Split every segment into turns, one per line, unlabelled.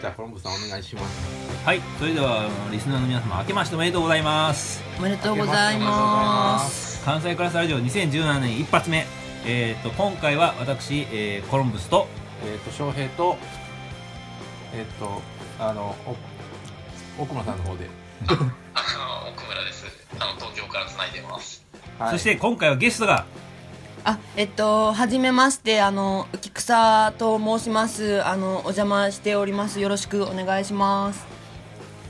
じゃあコロンブスさんお願いします
はいそれではあのリスナーの皆様明けましておめでとうございます
おめでとうございます
関西クラスラジオ2017年一発目えっ、と今回は私、えーコロンブスと
えっ、と翔平とえっ、とあのお奥間さんの方で、
あの奥村です。あの東京から繋いでます。
はい
そして今回はゲストが
あえっとはじめましてあの浮草と申しますあのお邪魔しておりますよろしくお願いします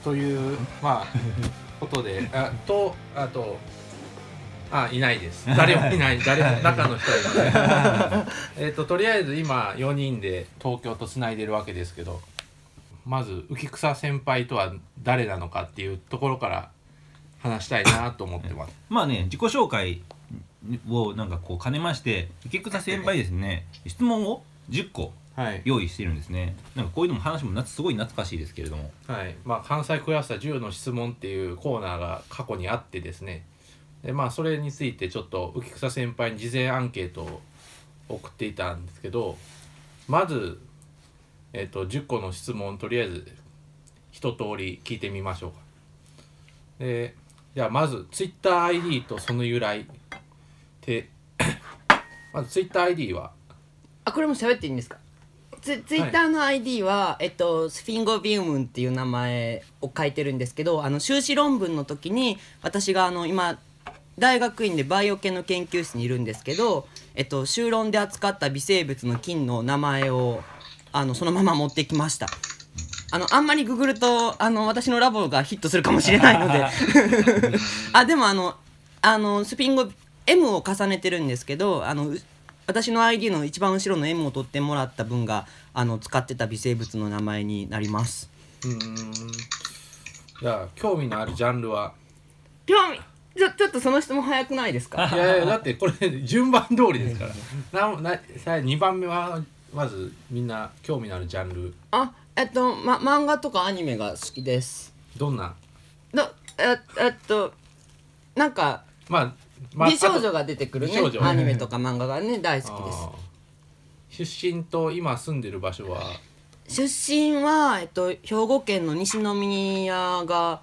というまあこと であとあとあいない です誰もいない誰も中の人はい ないえっととりあえず今4人で東京とつないでるわけですけどまず浮草先輩とは誰なのかっていうところから話したいなと思ってます
まあね自己紹介をなんかこう兼ねまして池草先輩ですね質問を10個
はい、
用意してるんですねなんかこういうのも話もなすごい懐かしいですけれども
はいまあ、関西クラスター10の質問っていうコーナーが過去にあってですねでまあそれについてちょっと浮草先輩に事前アンケートを送っていたんですけどまず、えっと10個の質問とりあえず一通り聞いてみましょうかでじゃあまず TwitterID とその由来でまず TwitterID は
あこれも喋っていいんですかツツイッターの ID は、えっと、スフィンゴビウムンっていう名前を書いてるんですけどあの修士論文の時に私があの今大学院でバイオ系の研究室にいるんですけど、えっと、修論で扱った微生物の菌の名前をあのそのまま持ってきましたあのあんまりググるとあの私のラボがヒットするかもしれないのであでもあのあのスピンゴ M を重ねてるんですけどあのう私の ID の一番後ろの M を取ってもらった分があの使ってた微生物の名前になります
うーんじゃあ興味のあるジャンルは
興味ちょちょっとその質問早くないですか
いやいやだってこれ順番通りですからななさ2番目はまずみんな興味のあるジャンル
あえっと、ま、漫画とかアニメが好きです
どんな
どええっとなんか
まあ、まあ、
美少
あ
女
と
が出てくるね
美少女
アニメとか漫画がね大好きです
あー出身と今住んでる場所は
出身は、えっと、兵庫県の西宮が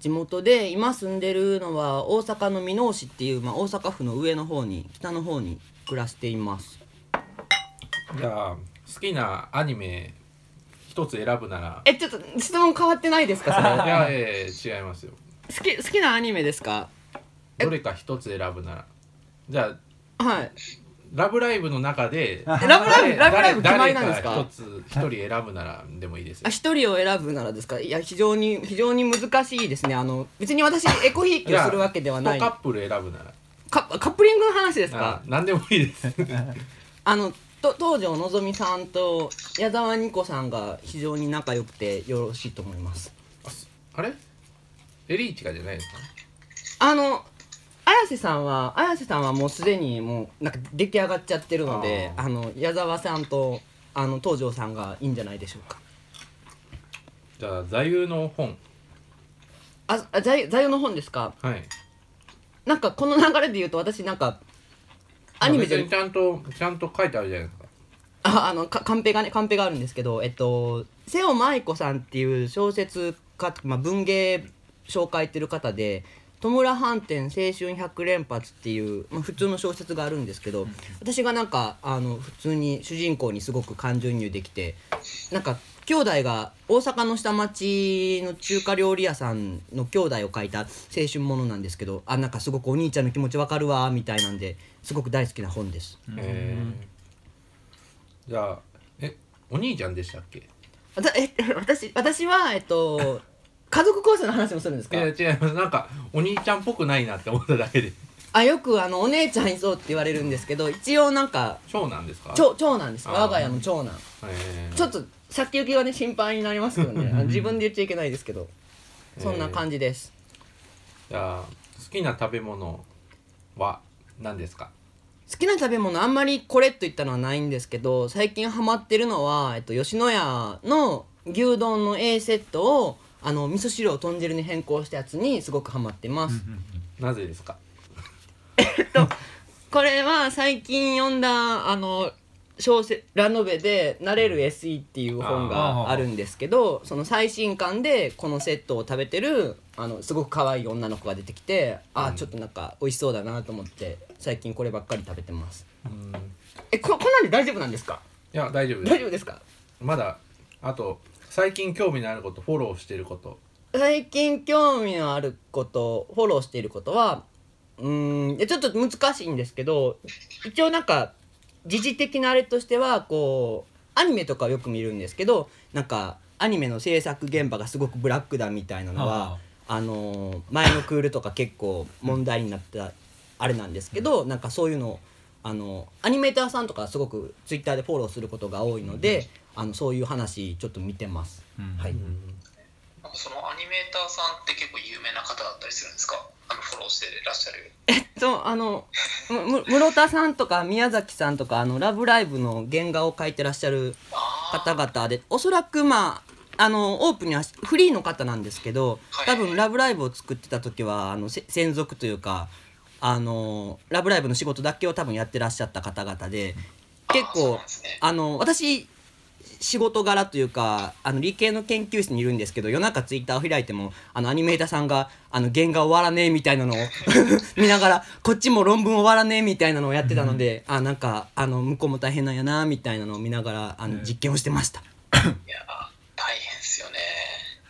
地元で今住んでるのは大阪の箕面市っていう、まあ、大阪府の上の方に北の方に暮らしています
じゃあ好きなアニメ一つ選ぶなら
えちょっと質問変わってないですかそ
いやいやいや違いますよ
れ好き好きなアニメですか
どれか一つ選ぶならじゃあ
はい
「ラブライブ!」の中で
え ラブラ
誰
イブラブライブ決まりなんです
誰
か
一つ一人選ぶならでもいいです
あ
よ
一人を選ぶならですかいや非常に非常に難しいですねあの別に私エコひいきをするわけではない
じゃあ一
カ
カップル選ぶなら
カップリングの話です
あ
か
何でもいいです
あのと東條のぞみさんと矢沢にこさんが非常に仲良くてよろしいと思います
あれエリーチカじゃないですか
あの綾瀬さんは綾瀬さんはもうすでにもうなんか出来上がっちゃってるので
あ
あの矢沢さんとあの東條さんがいいんじゃないでしょうか
じゃあ座右の本
ああ座右座右の本ですか
はい
なんかこの流れで言うと私なんかアニメじゃ
別にちゃんとちゃんと書いてあるじゃないですか
ああのかカンペがねカンペがあるんですけどえっと瀬尾舞子さんっていう小説家、まあ、文芸紹介ってる方で「戸村飯店青春100連発」っていう、まあ、普通の小説があるんですけど私がなんかあの普通に主人公にすごく感情移入できてなんか兄弟が大阪の下町の中華料理屋さんの兄弟を描いた青春ものなんですけどあなんかすごくお兄ちゃんの気持ちわかるわみたいなんですごく大好きな本です。
えーじゃあえお兄ちゃんでしたっけ
わたえ 私私はえっ と家族構成の話もするんです
い
か
や違いますなんかお兄ちゃんっぽくないなって思っただけ で
あよくあのお姉ちゃんいそうって言われるんですけど一応なんか
長男ですか
長長男です
あー
我が家の長男
えー
ちょっと先行きがね心配になりますよ ねあの自分で言っちゃいけないですけどそんな感じです、
じゃあ好きな食べ物は何ですか
好きな食べ物あんまりこれといったのはないんですけど最近ハマってるのは、えっと、吉野家の牛丼の A セットをあの味噌汁を豚汁に変更したやつにすごくハマってます
なぜですか
これは最近読んだあの小説ラノベで「なれる SE」っていう本があるんですけどその最新刊でこのセットを食べてるあのすごく可愛い女の子が出てきてあーちょっとなんか美味しそうだなと思って最近こればっかり食べてます
うんい
えここんなんで大丈夫なんですか
や大丈夫です
大丈夫ですか
まだあと最近興味のあることフォローしてること
最近興味のあることフォローしていることはうーんいやちょっと難しいんですけど一応なんか時事的なあれとしてはこうアニメとかをよく見るんですけどなんかアニメの制作現場がすごくブラックだみたいなのはあのー前のクールとか結構問題になったあれなんですけどなんかそういうのあのアニメーターさんとかすごくツイッターでフォローすることが多いのであのそういう話ちょっと見てます。
うん
はい
なんかそのアニメーターさんって結構有名な方だったりするんですかあのフォローしてらっしゃる
そうあのむむ室田さんとか宮崎さんとかあの「ラブライブ!」の原画を描いてらっしゃる
ああ
方々でおそらくまああのオープンにはフリーの方なんですけど
はい
多分「ラブライブ!」を作ってた時はあのせ専属というかあの「ラブライブ!」の仕事だけを多分やってらっしゃった方々で結
あそうな
構
んですね
あの私仕事柄というかあの理系の研究室にいるんですけど夜中ツイッターを開いてもあのアニメーターさんがあの原画終わらねえみたいなのを 見ながらこっちも論文終わらねえみたいなのをやってたので、あなんかあの向こうも大変なんやなみたいなのを見ながらあの実験をしてました。
いやー大変ですよね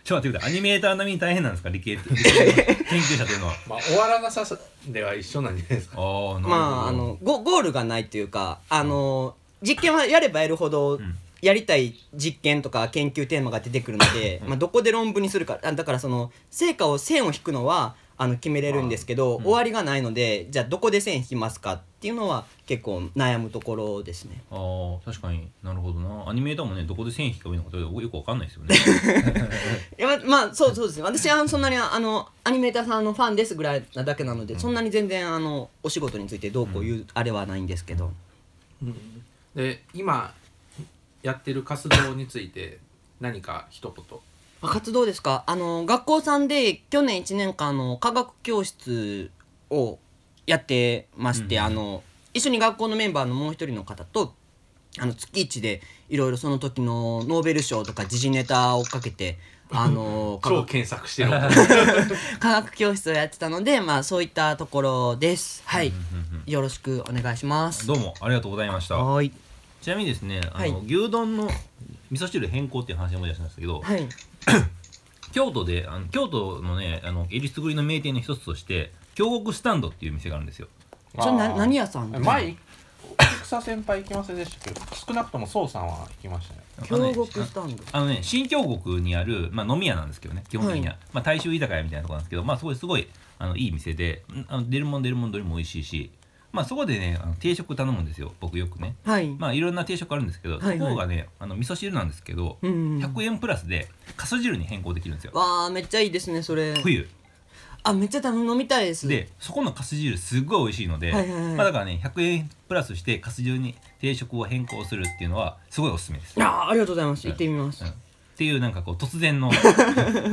ちょっと待ってくださいアニメーター並みに大変なんですか理系理系の研究者というのは
まあ終わらなささでは一緒なんじゃないですか
ああなるほど
まああのゴゴールがないというかあの実験はやればやるほど
ん
やりたい実験とか研究テーマが出てくるので、まあ、どこで論文にするかあだからその成果を線を引くのはあの決めれるんですけど、終わりがないのでじゃあどこで線引きますかっていうのは結構悩むところですね。
あー確かになるほどなアニメーターもねどこで線引きかいいのかよくわかんないですよね
いやままあそうそうですね私はそんなにあのアニメーターさんのファンですぐらいなだけなので、そんなに全然あのお仕事についてどうこう言うあれはないんですけど。
で今やってる活動について何か一言
活動ですかあの学校さんで去年1年間あの科学教室をやってまして、
うん
あの一緒に学校のメンバーのもう一人の方とあの月一でいろいろその時のノーベル賞とか時事ネタをかけて あの科
超
学
検索 してる
科学教室をやってたので、まあ、そういったところです。はい、よろしくお願いします。
どうもありがとうございました
はーい、
ちなみにですねあの、
はい
牛丼の味噌汁変更っていう話を思い出したんですけど、
はい、
京都であの京都のねあのえりすぐりの名店の一つとして京極スタンドっていう店があるんですよ
それな何屋さんですか
前草先輩行きませんでしたけど少なくとも宋さんは行きましたね
あのね
京極スタンド
あのね新京極にある、まあ、飲み屋なんですけどね基本的には、
は
まあ、大衆居酒屋みたいなところなんですけどまあすごいすごいあのいい店でんあの出るもん出るもんどれも美味しいしまあそこでねあの定食頼むんですよ僕よくね
はい、
まあいろんな定食あるんですけど、
はいはい
そこがねあの味噌汁なんですけど、
うんうん
100円プラスでかす汁に変更できるんですよ
わあめっちゃいいですねそれ
冬
あめっちゃ多分飲みたいです
でそこのかす汁すっごい美味しいので、
はいはいはい
まあ、だからね100円プラスしてかす汁に定食を変更するっていうのはすごいおすすめです、
いやあありがとうございます行ってみます、
うんっていうなんかこう突然 の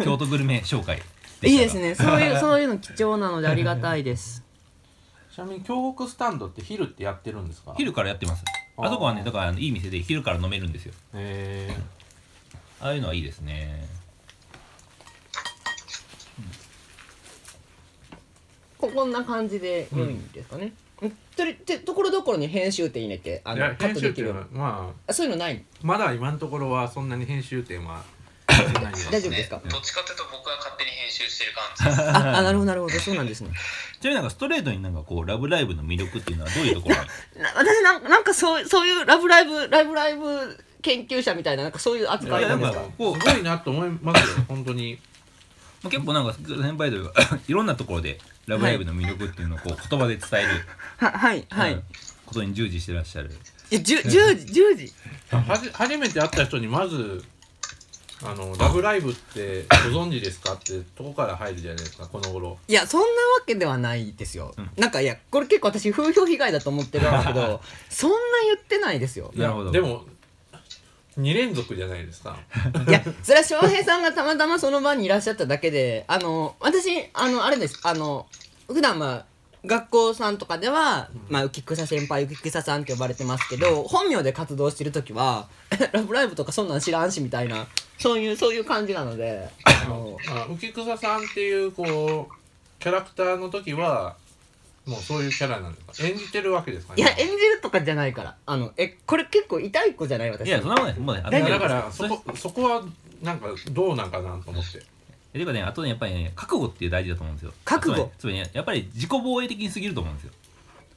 京都グルメ紹介したが
いいですねそういうそういうの貴重なのでありがたいです
ちなみに京極スタンドって昼ってやってるんですか
昼からやってます
あー
あそこはねだからあのいい店で昼から飲めるんですよ
え
ああいうのはいいですね
ここんな感じで良いんですかね、うん、とりてところどころに編集点入れてあ
ー、い
の
や
カッ
編
ト
集
でき
点
る
はまあ
あそういうのない
まだ今のところはそんなに編集点はないです
大丈夫ですか、
どっちかというと僕が勝手に編集してる感じです
ああなるほどなるほどそうなんですね
ちなみになんかストレートになんかこう「ラブライブ!」の魅力っていうのはどういうところに
な私なんかなんかそうそういう「ラブライブ!」「ラブライブ!」研究者みたいななんかそういう扱
い
い
や
な
なんん
です
か
か
こうすごいなと思いますよ本当に
まあ結構なんか先輩というか いろんなところで「ラブライブ!」の魅力っていうのをこう言葉で伝える、
ははいはい、
うんことに従事してらっしゃる
えじゅ10時10時
はじ初めて会った人にまず「あのラブライブ!」ってご存知ですかってとこから入るじゃないですかこの頃
いやそんなわけではないですよ、
ん
なんかいやこれ結構私風評被害だと思ってるんですけ どそんな言ってないですよ
いや
なるほど
でも2連続じゃないです か
いやそれは翔平さんがたまたまその場にいらっしゃっただけであの私あのあれですあの普段まあ学校さんとかでは、まあ、浮草先輩浮草さんって呼ばれてますけど本名で活動してる時は 「ラブライブ!」とかそんなん知らんしみたいなそういうそういう感じなのであの
あ浮草さんっていうこうキャラクターの時はもうそういうキャラなんですか演じてるわけですか
い
ね
や演じるとかじゃないからあのえこれ結構痛い子じゃない私
いやそんなことないもうねあ
いや
の
だから
そ
そ
れ
こそこはなんかどうなんかなと思って
やっぱねあとねやっぱりね覚悟っていう大事だと思うんですよ
覚悟
つまりねつまりねやっぱり自己防衛的に過ぎると思うんですよ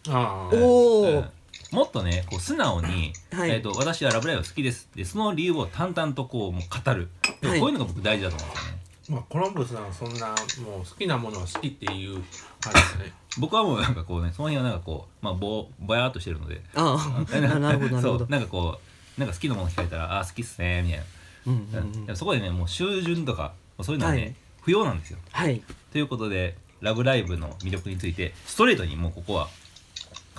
ああ
おお、
うんもっとねこう素直に、
はい
えーと「私はラブライブが好きです」でその理由を淡々とこうもう語るでも
はい
こういうのが僕大事だと思うんですよね、
まあコロンブスさんはそんなもう好きなものは好きっていう感じですね
僕はもうなんかこうねその辺はなんかこうまあぼぼやーっとしてるので
ああ なるほどなる ほ
そ
ど
うなんかこうなんか好きなもの聞かれたら「あー好きっすね」みたいな、
うんうん
う
うんん
でもそこでねもう修順とかそういうのはね、
はい
不要なんですよ
はい
ということで「ラブライブ!」の魅力についてストレートにもうここは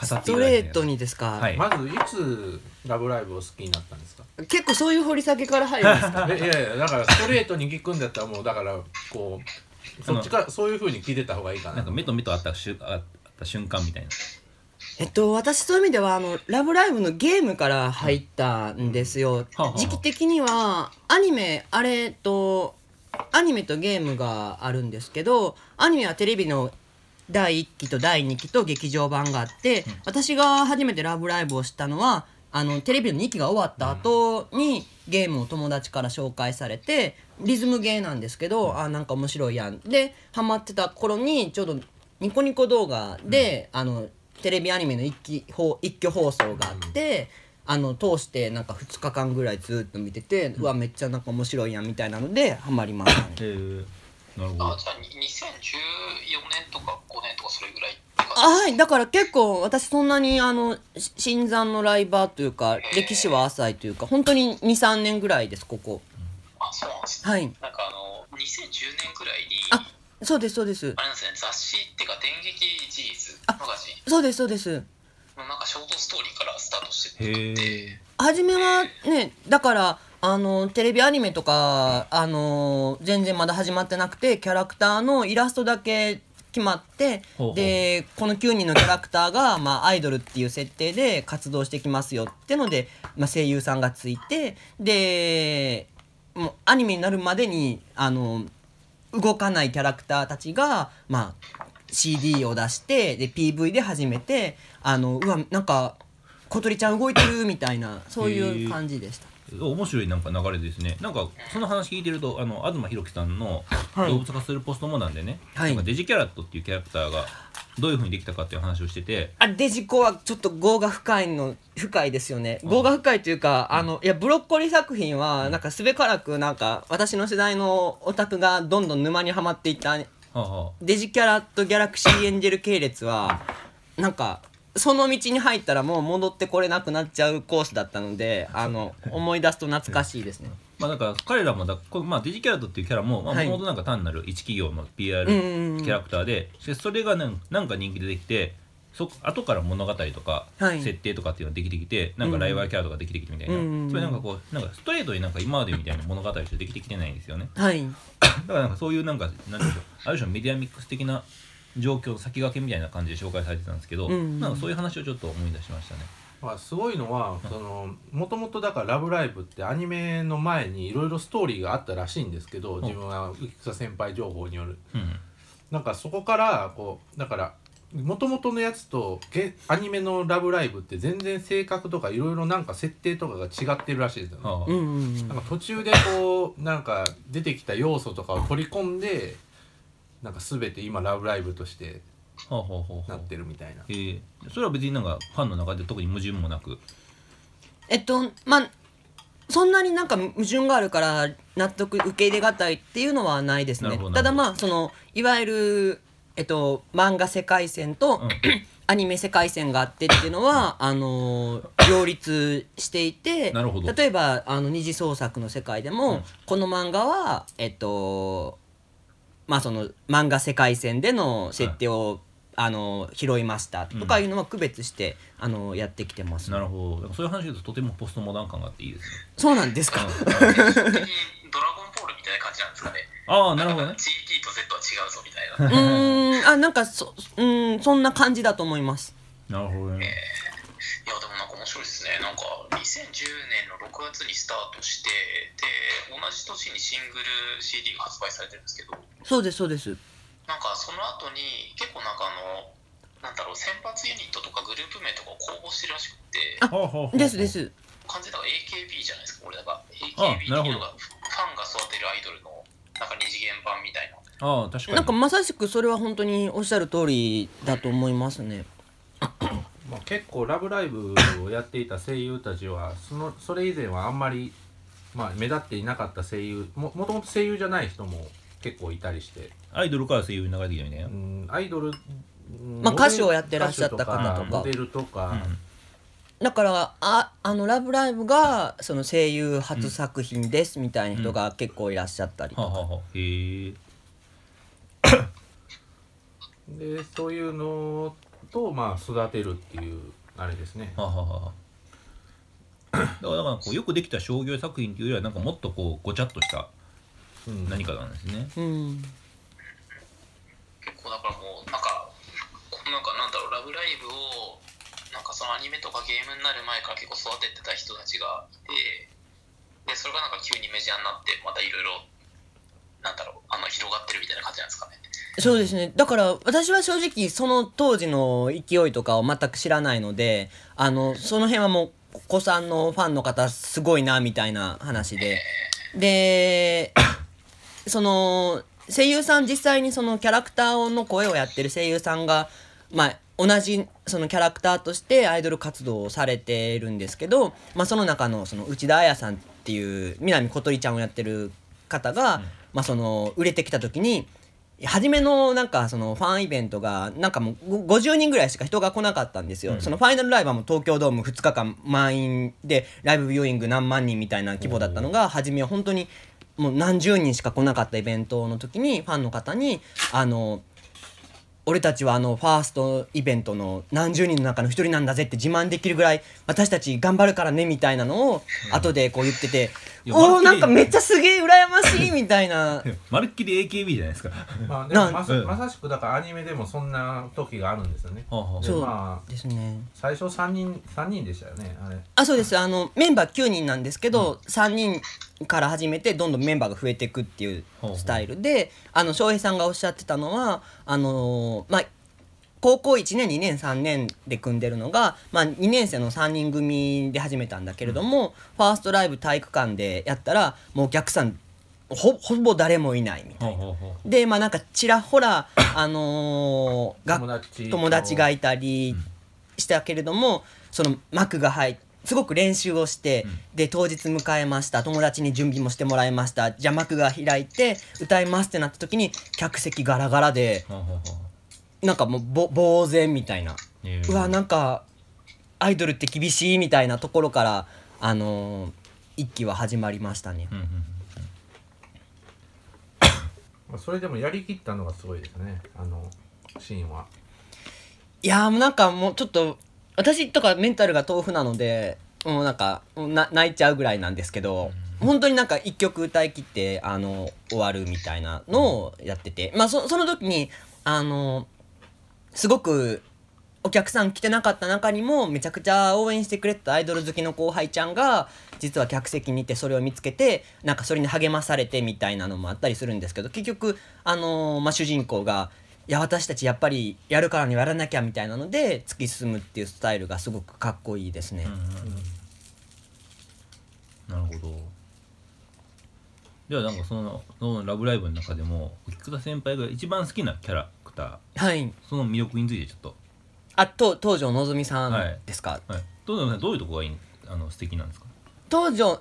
語っていただ
ス
いて
トレートにですか、
はい
まずいつ「ラブライブ!」を好きになったんですか
結構そういう掘り下げから入るんですか
えいやいやだからストレートに聞くんだったらもうだからこうそっちからそういうふうに聞いてた方がいいか
な
なん
か目と目とあったしゅあった瞬間みたいな
えっと私そういう意味ではあの「ラブライブ!」のゲームから入ったんですよ、
はあはあ。
時期的にはアニメあれとアニメとゲームがあるんですけどアニメはテレビの第1期と第2期と劇場版があって、私が初めて「ラブライブ!」をしたのはあのテレビの2期が終わった後に、ゲームを友達から紹介されてリズムゲーなんですけど、あなんか面白いやんでハマってた頃にちょうどニコニコ動画で、あのテレビアニメの一期放一挙放送があって、あの通してなんか2日間ぐらいずっと見てて、うわめっちゃなんか面白いやんみたいなのでハマりましたね
えなるほ
あ
ど
じゃあに2014年とか5年とかそれぐらいって感じ
あはいだから結構私そんなにあのし新参のライバーというか歴史は浅いというか本当に23年ぐらいですここ
あそうなんですね
はい
なんかあの2010年ぐらいに
あそうですそうです
あれなんですね雑誌っていうか電撃事実マガジン
そうですそうです
のなんかショートストーリーからスタートしてて
へえ
初めはねだからあのテレビアニメとかあの全然まだ始まってなくてキャラクターのイラストだけ決まって
ほうほう
でこの9人のキャラクターが、まあ、アイドルっていう設定で活動してきますよってので、まあ、声優さんがついてでもうアニメになるまでにあの動かないキャラクターたちが、まあ、CD を出してで PV で始めてあのうわなんか小鳥ちゃん動いてるみたいなそういう感じでした。
面白いなんか流れですねなんかその話聞いてるとあの東博樹さんの
はい
動物化するポストもなんでね、
はい
なんかデジキャラットっていうキャラクターがどういうふうにできたかっていう話をしてて
あデジコはちょっと業が深いの深いですよね業が深いというか、あのいやブロッコリー作品はなんかすべからくなんか私の世代のオタクがどんどん沼にはまっていった
はあ、は
デジキャラとギャラクシーエンジェル系列はなんかその道に入ったらもう戻ってこれなくなっちゃうコースだったのであ の思い出すと懐かしいですね。
あ、まあだから彼らもだこの、まあ、デジキャラットっていうキャラもも
はい
ともとなんか単なる一企業の PR キ
うんうんうん
ャラクターでしかしそれがなんなんか人気でできてそ後から物語とか
はい
設定とかっていうのができてきて、なんかライバルキャラとかできてきてみたいな、
うんうんうん
それなんかこうなんかストレートになんか今までみたいな物語としてできてきてないんですよね。
はい、
だからなんかそういうなんかなんて いうのある種のメディアミックス的な状況の先駆けみたいな感じで紹介されてたんですけど、
うんうん
なんかそういう話をちょっと思い出しましたね。
まあ、すごいのはそのもともとだから「ラブライブ!」ってアニメの前にいろいろストーリーがあったらしいんですけど
ん
自分は浮草先輩情報による
うんうん、
なんかそこからこうだからもともとのやつとげアニメの「ラブライブ!」って全然性格とかいろいろなんか設定とかが違ってるらしいですよね。
ああ
うんうんうん
なんか途中でこうなんか出てきた要素とかを取り込んでなんか全て今「ラブライブ!」として
ほうほうほうほ
なっ
う。
てるみたいな
えー、それは別になんかファンの中で特に矛盾もなく。
えっとまあそんなになんか矛盾があるから納得受け入れがたいっていうのはないです
なる
ね
ほどな
た
るほど
だまあそのいわゆる、えっと、漫画世界線と、
うん
アニメ世界線があってっていうのは、あのー両立していて
なるほど
例えばあの二次創作の世界でも、
うん
この漫画はえっとまあその漫画世界線での設定を、あのー拾いましたとかいうのは区別して、あのーやってきてます、
なるほど。なんかそういう話だととてもポストモダン感があっていいですね。
そうなんですか
うん
ドラゴンボールみたいな感じなんですかね。
ああなるほどね
GT と Z は違うぞみたいな。
うーんあなんかそうんそんな感じだと思います
なるほどね
いやでもなんか面白いですねなんか2010年の6月にスタートしてで同じ年にシングル CD が発売されてるんですけど
そうですそうです
なんかその後に結構なんかあのなんだろう先発ユニットとかグループ名とかを公募してるらしくって
あ
ほうほうほう
ですです
完全にだから AKB じゃないですか俺だから
あ
AKB
な
っ
る
てい
ほ
う
ど
のがファンが育てるアイドルのなんか二次元版みたいな
ああ確かに
なんかまさしくそれは本当におっしゃる通りだと思いますね
まあ、結構「ラブライブ!」をやっていた声優たちはそのそれ以前はあんまり、まあ、目立っていなかった声優ももともと声優じゃない人も結構いたりして、
アイドルから声優に流れてきたみたいな
う
ね
ん、アイドル、うん
まあ
モデル
歌手をやってらっしゃった方
歌手
とか
モデルとか、
だからああの「ラブライブ!」がその声優初作品ですみたいな人が結構いらっしゃったり
はあはあはあへえ
でそういうのと、まあ、育てるっていうあれですね
はあはあはあだからだからこうよくできた商業作品というよりはなんかもっとこうごちゃっとした
うん
何かなんですね
うん
結構だからもうなんかこうなんかなんだろう「ラブライブ!」をなんかそのアニメとかゲームになる前から結構育ててた人たちがいてでそれがなんか急にメジャーになってまたいろいろなんだろうあの広がってるみたいな感じなんですかね
そうですねだから私は正直その当時の勢いとかを全く知らないのであのその辺はもうお子さんのファンの方すごいなみたいな話ででその声優さん実際にそのキャラクターの声をやってる声優さんが、まあ、同じそのキャラクターとしてアイドル活動をされてるんですけど、まあ、その中のその内田彩さんっていう南小鳥ちゃんをやってる方が、まあ、その売れてきた時に初めのなんかそのファンイベントがなんかもうご50人ぐらいしか人が来なかったんですよ、そのファイナルライブはもう東京ドーム2日間満員でライブビューイング何万人みたいな規模だったのが初めは本当にもう何十人しか来なかったイベントの時にファンの方にあの俺たちはあのファーストイベントの何十人の中の一人なんだぜって自慢できるぐらい私たち頑張るからねみたいなのを後でこう言ってて、
いや
おお
ま
な
る
ん
っきり
かめっちゃすげえ羨ましいみた いな
まるっきり AKB じゃない ですか
まあ、
は
でも
な
まさ
うん
まさしくだからアニメでもそんな時があるんですよね
あはあ
で
そう
まあ
ですね。
最初3人3人でしたよねあれ
あそうですあのメンバー9人なんですけど、3人から始めてどんどんメンバーが増えていくっていう
ほうほう
スタイルであの翔平さんがおっしゃってたのはあのーまあ高校1年2年3年で組んでるのが、まあ、2年生の3人組で始めたんだけれども、ファーストライブ体育館でやったらもうお客さんほほぼ誰もいないみたい
はあはあは
な。でまあなんかちら ほらあのー学
友達と
友達がいたりしたけれども、その幕が入っすごく練習をして、で当日迎えました友達に準備もしてもらいましたじゃあ幕が開いて歌いますってなった時に客席ガラガラで
あはあはあは
なんかもうぼ呆然みたいな、
あへえ
うわなんかアイドルって厳しいみたいなところからあのー一期は始まりましたね
う。んうんうん
まあそれでもやりきったのがすごいですねあのシーンはい
やーもうなんかもうちょっと私とかメンタルが豆腐なのでもうなんかな泣いちゃうぐらいなんですけど本当になんか一曲歌い切ってあの終わるみたいなのをやっててまあそその時にあのすごくお客さん来てなかった中にもめちゃくちゃ応援してくれてたアイドル好きの後輩ちゃんが実は客席にいてそれを見つけてなんかそれに励まされてみたいなのもあったりするんですけど結局、あのーまあ、主人公が「いや私たちやっぱりやるからにはやらなきゃ」みたいなので突き進むっていうスタイルがすごくかっこいいですね。
なるほどではなんかその「そのラブライブ!」の中でも菊田先輩が一番好きなキャラクター
はい、
その魅力についてちょっと
あと東條のぞみさんですか、
はい、どうどういうとこがいいあの素敵なんですか
東條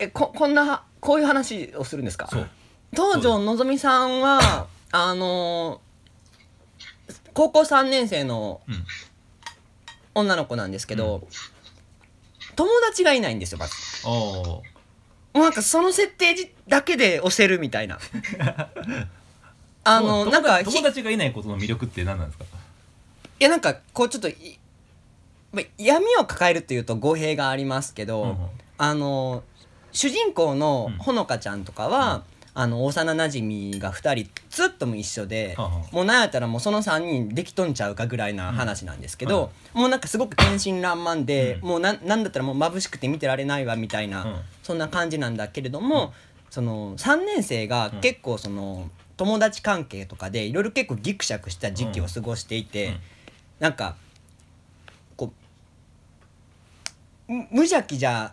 えここんなこういう話をするんですか
そう
東條のぞみさんはあのー高校3年生の
うん
女の子なんですけど、友達がいないんですよまず
あ
もうなんかその設定じだけで押せるみたいな
あ
あのなんかひ
友達がいないことの魅力って何なんですか
いやなんかこうちょっといまあ闇を抱えるというと語弊がありますけど、
うんうん
あの主人公のほのかちゃんとかは、あの幼なじみが2人つっとも一緒で、
はあはあ
もうなんやったらもうその3人できとんちゃうかぐらいな話なんですけど、
うんは
もうなんかすごく天真爛漫で、
うん
もうなんなんだったらもう眩しくて見てられないわみたいな、
うん
そんな感じなんだけれども、その3年生が
うん
結構その友達関係とかでいろいろ結構ギクシャクした時期を過ごしていて、
うん
なんかこうむ無邪気じゃ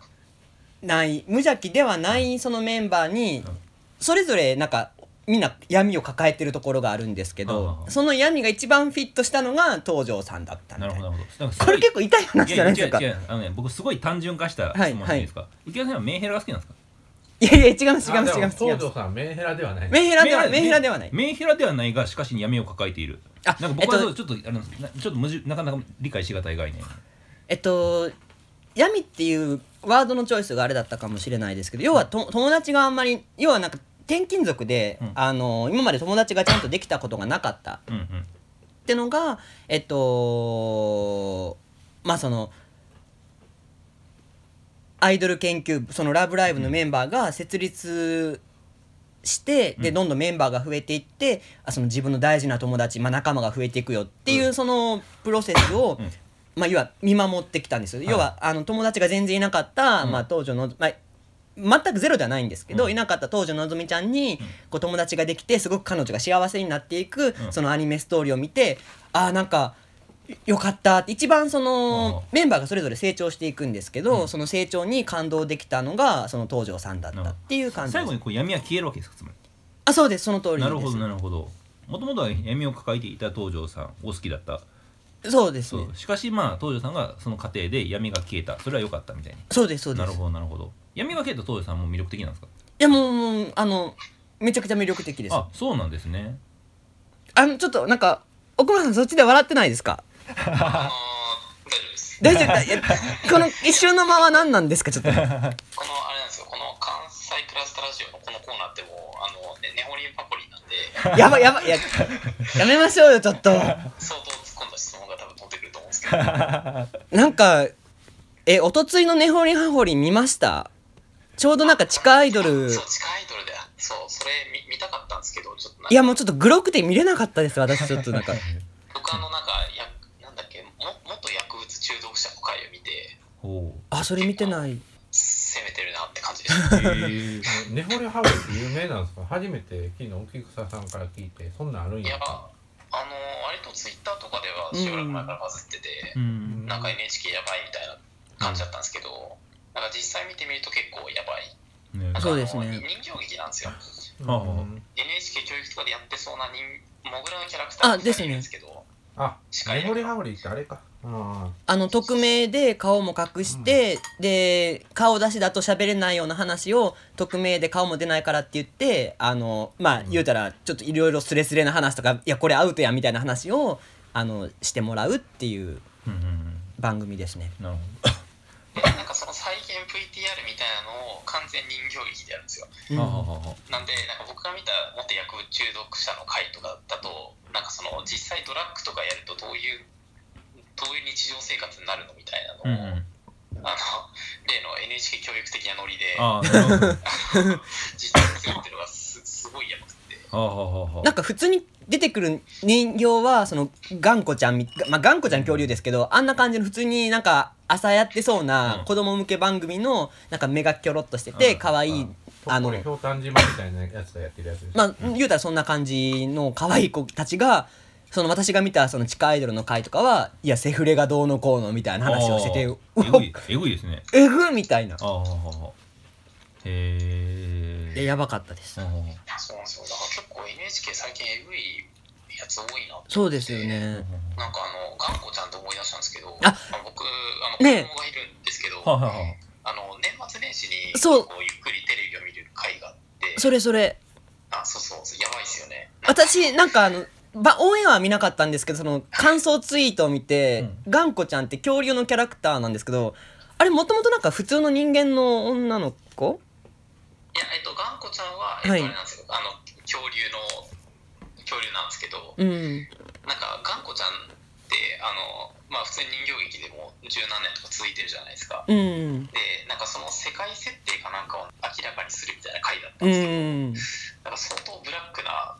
ない無邪気ではないそのメンバーに
うん
それぞれなんかみんな闇を抱えてるところがあるんですけ
はあ
ど
はあ
その闇が一番フィットしたのが東條さんだったみ
な
た
る
い
ほど
な
なるほどなんかすごい
これ結構痛い話じゃないですか
いやいや違う違うあのね僕すごい単純化した質問していいですか、池田さんはメンヘラが好きなんですか
いやいや違います違い
あ
ま
です
違い
も
ます違い
東
ます
條さんメンヘラではない
メンヘラではメ
メ
ン
ン
ヘ
ヘ
ラ
ラ
ではない
メンヘラではないがしかし闇を抱えている
あ
なんか僕は
えっ
そ
と
うちょっと,、あのなちょっと矛盾なかなか理解しがたい概念
えっと闇っていうワードのチョイスがあれだったかもしれないですけど要はと友達があんまり要はなんか転勤族で、
うん
あの今まで友達がちゃんとできたことがなかった
うんうん
ってのがえっとまあそのアイドル研究部その「ラブライブ!」のメンバーが設立して、でどんどんメンバーが増えていってあその自分の大事な友達、まあ、仲間が増えていくよっていう、そのプロセスを、
うん
まあ、要は見守ってきたんですよ、
い
要はあの友達が全然いなかった、
うん
まあ、当時の、まあ、全くゼロではないんですけど、
うん
いなかった当時ののぞみちゃんに、こう友達ができてすごく彼女が幸せになっていく、
うん
そのアニメストーリーを見てああんかよかったって一番その
あ
メンバーがそれぞれ成長していくんですけど、その成長に感動できたのがその東條さんだったっていう感じで
最
す
後にこう闇は消えるわけですかつまり
あそうですその通りです
なるほどなるほどもともとは闇を抱えていた東條さんを好きだった
そうです
そ
ね
うしかしまあ東條さんがその過程で闇が消えたそれは良かったみたいに
そうですそうで
な
す
るほどなるほど闇が消えた東條さんも魅力的なんですか
いやもうもうあのめちゃくちゃ魅力的です
あそうなんですね
あのちょっとなんか奥村さんそっちで笑ってないですか
あのー大丈
大
夫です
丈夫だいやこの一瞬の間は何なんですかちょ っと
このあれなんですよこの関西クラスタラジオのこのコーナーってもうあのねネホリンパコリンなんで
やばいやばいややめましょうよちょっと
相当突っ込んだ質問が多分飛んでくると思うんですけど
なんかえおとついの根掘り葉掘り見ましたちょうどなんか地下アイドル
そう地下アイドルでそうそれ見見たかったんですけどちょっとなんか
いやもうちょっとグロくて見れなかったです私ちょっとなんか
僕あのなんかやなんだっけも元薬物中毒者の回を見て
ほ
あそれ見てない
攻めてるなって感じでした
う へえ
根掘り葉掘りって有名なんですか初めて昨日浮草さんから聞いてそんなんあるん
い
や
やあの割とツイッターとかではしばらく前からバズってて
う、ん
なんか NHK やばいみたいな感じだったんですけど、なんか実際見てみると結構やばい
ね
なんか
そ
あ
う
の
ですね
人形劇なんですよ
うん
ああ
NHK 教育とかでやってそうな人モグラのキャラクター
あですね
いるんですけど
あ根掘り葉掘りってあれかあ
あの匿名で顔も隠して、で顔出しだと喋れないような話を匿名で顔も出ないからって言ってあのまあ
うん
言うたらちょっといろいろスレスレな話とかいやこれアウトやみたいな話をあのしてもらうっていう
うんうんうん
番組ですね
なるほ
でなんかその再現 VTR みたいなのを完全人形劇でやるんですよ
ど、
うん
あははは
なんでなんか僕が見た元薬物中毒者の回とかだとなんかその実際ドラッグとかやるとどういうどういう日常生活になるのみたいなのを、
うんうん
あの例の NHK 教育的なノリで
あーなるほど
実際にするっていうのがすすごいやばくて
あーはは は
なんか普通に出てくる人形はその頑固ちゃんみまあ頑固ちゃん恐竜ですけどあんな感じの普通になんか朝やってそう
う
なん子供向け番組のなんか目がキョロっとしてて
うん
可愛いあ
あの
の
ひょうたん島みたいなやつがやってるやつです
まあ言うたらそんな感じの可愛い子たちがその私が見たその地下アイドルの回とかはいやセフレがどうのこうのみたいな話をしてて
あ
う
ーえ
お
ぐいえぐいですね
えぐっみたいな
あーはははへ
で
え
やばかったです
そうなんですよだから結構 NHK 最近えぐいやつ多いなって
そうですよね
なんかあの頑固ちゃんと思い出したんですけど
あ
の僕あの子供
ねえ
がいるんですけど、
ははは
あの年末年始に
そう
こうゆっくりテレビを見る回があって
それそれ
あそうそうやばいですよね
私なんかあのばオンエアは見なかったんですけどその感想ツイートを見て
う
頑固ちゃんって恐竜のキャラクターなんですけどあれもともとなんか普通の人間の女の子
いや、えっと、頑固ちゃんは、えっと、あ
はい
れなんですよ、あの、恐竜の。恐竜なんですけど、
うん
なんか、頑固ちゃんって、あの、まあ、普通に人形劇でも、十何年とか続いてるじゃないですか。
うん
で、なんか、その世界設定かなんかを明らかにするみたいな回だったん
う
ですけど。
ん
か相当ブラックな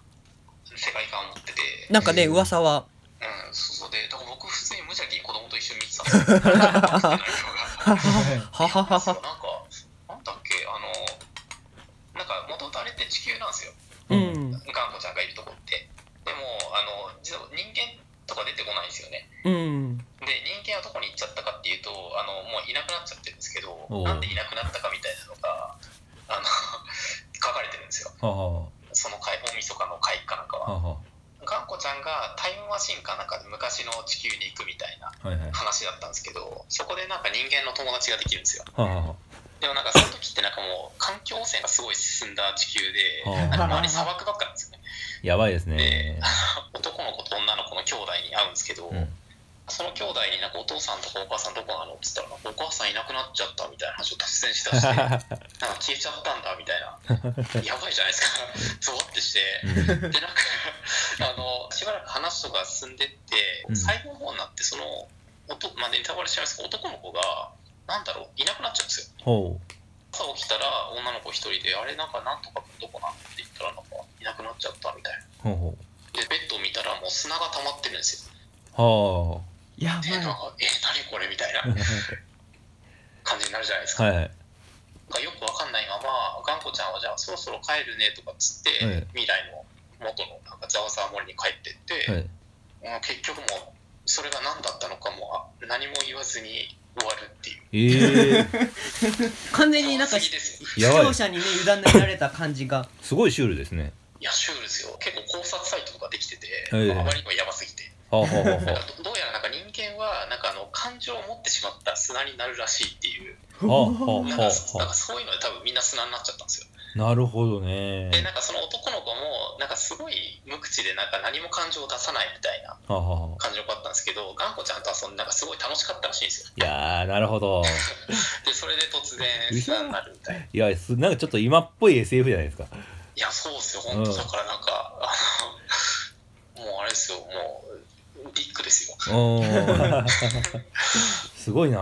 世界観を持ってて、
なんかね噂は
うん、そうそうで、だから僕、普通に無邪気に子供と一緒に見てたんで すよ。
はははは
内容がそうなんか、なんだっけ、あの、なんか、もともとあれって地球なんですよ、
うん
ガンコちゃんがいるとこって。でも、あの、実は人間とか出てこないんですよね。
うん
で、人間はどこに行っちゃったかっていうと、あの、もういなくなっちゃってるんですけど、
おう
なんでいなくなったかみたいなのが、あの、 書かれてるんですよ。
はあは
その回、大晦日の回かなんか
あ
は。
はあは
ガンコちゃんがタイムマシンかなんかで昔の地球に行くみたいな。
あはいはいは
話だったんですけどそこでなんか人間の友達ができるんですよ
あはあは
でもなんかその時ってなんかもう環境汚染がすごい進んだ地球で
あ
なん
はあ
か周 り砂漠ばっかなんですよね
やばいですね
男の子と女の子の兄弟に会うんですけ ど、
うん
その兄弟になんかお父さんとかお母さんどこなのっつったらなんかお母さんいなくなっちゃったみたいな話を突然 しだしてなんか消えちゃったんだみたいなやばいじゃないですかゾワってして
うん
でなんか あのしばらく話とか進んでって、
うん
最後の方になってその男まあネタバレしちゃいますけど男の子がなんだろういなくなっちゃうんですよ
ほ
朝起きたら女の子一人で「あれなんかなんとか君どこなん?」って言ったらなんかいなくなっちゃったみたいう
ほうほ
なでベッドを見たらもう砂が溜まってるんですよ
うは
や
でなんか「え何これ?」みたいな感じになるじゃないです
あ
か,、
はいはい
なんかよくわかんないまま頑固ちゃんはじゃあそろそろ帰るねとかっつって、
はい
未来の元のなんかざわざわ森に帰ってって、
はい
もう結局もうそれが何だったのかもあ何も言わずに終わるっていう
ええ
完全になんか
不思議ですよ
視
やばい
聴者にね委ねられた感じが
すごいシュールですね
いやシュールですよ結構考察サイトとかできてて、
はい
あまりにもやばすぎて
はあはあは
なんかどどうやらなんか人間はなんかあの感情を持ってしまったら砂になるらしいっていう
あは
なん
あ
か
はあ
な
は
んかそういうので多分みんな砂になっちゃったんですよ
あなるほどね
でなんかその男の子もなんかすごい無口でなんか何も感情を出さないみたいな
はあはあはあ
感じの子だったんですけど頑固ちゃんと遊んでなんかすごい楽しかったらしいんですよ
いやーなるほど
でそれで突然砂になるみたいない
やすなんかちょっと今っぽい SF じゃないですか
いや、そうですよ、本当、
うん
だからなんか、あのもうあれですよ、もう、ビッグですよ。
おーすごいな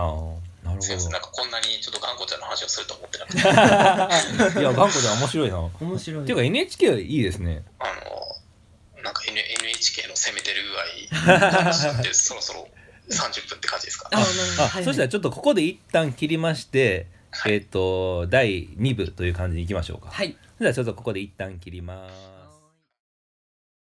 なる
すいません、なん
ほ
かこんなにちょっと頑固ちゃんの話をすると思ってなくて、あ
どいや頑固で面白いなっ
面白い
ていうか NHK はいいですね
の、なんか N NHK の攻めてる具合の話って、そろそろ30分って感じですか、
あなるほど
あ、
はいはい
そしたらちょっとここで一旦切りまして、えっ、と第2部という感じにいきましょうか。
はい
じゃあちょっとここで一旦切ります。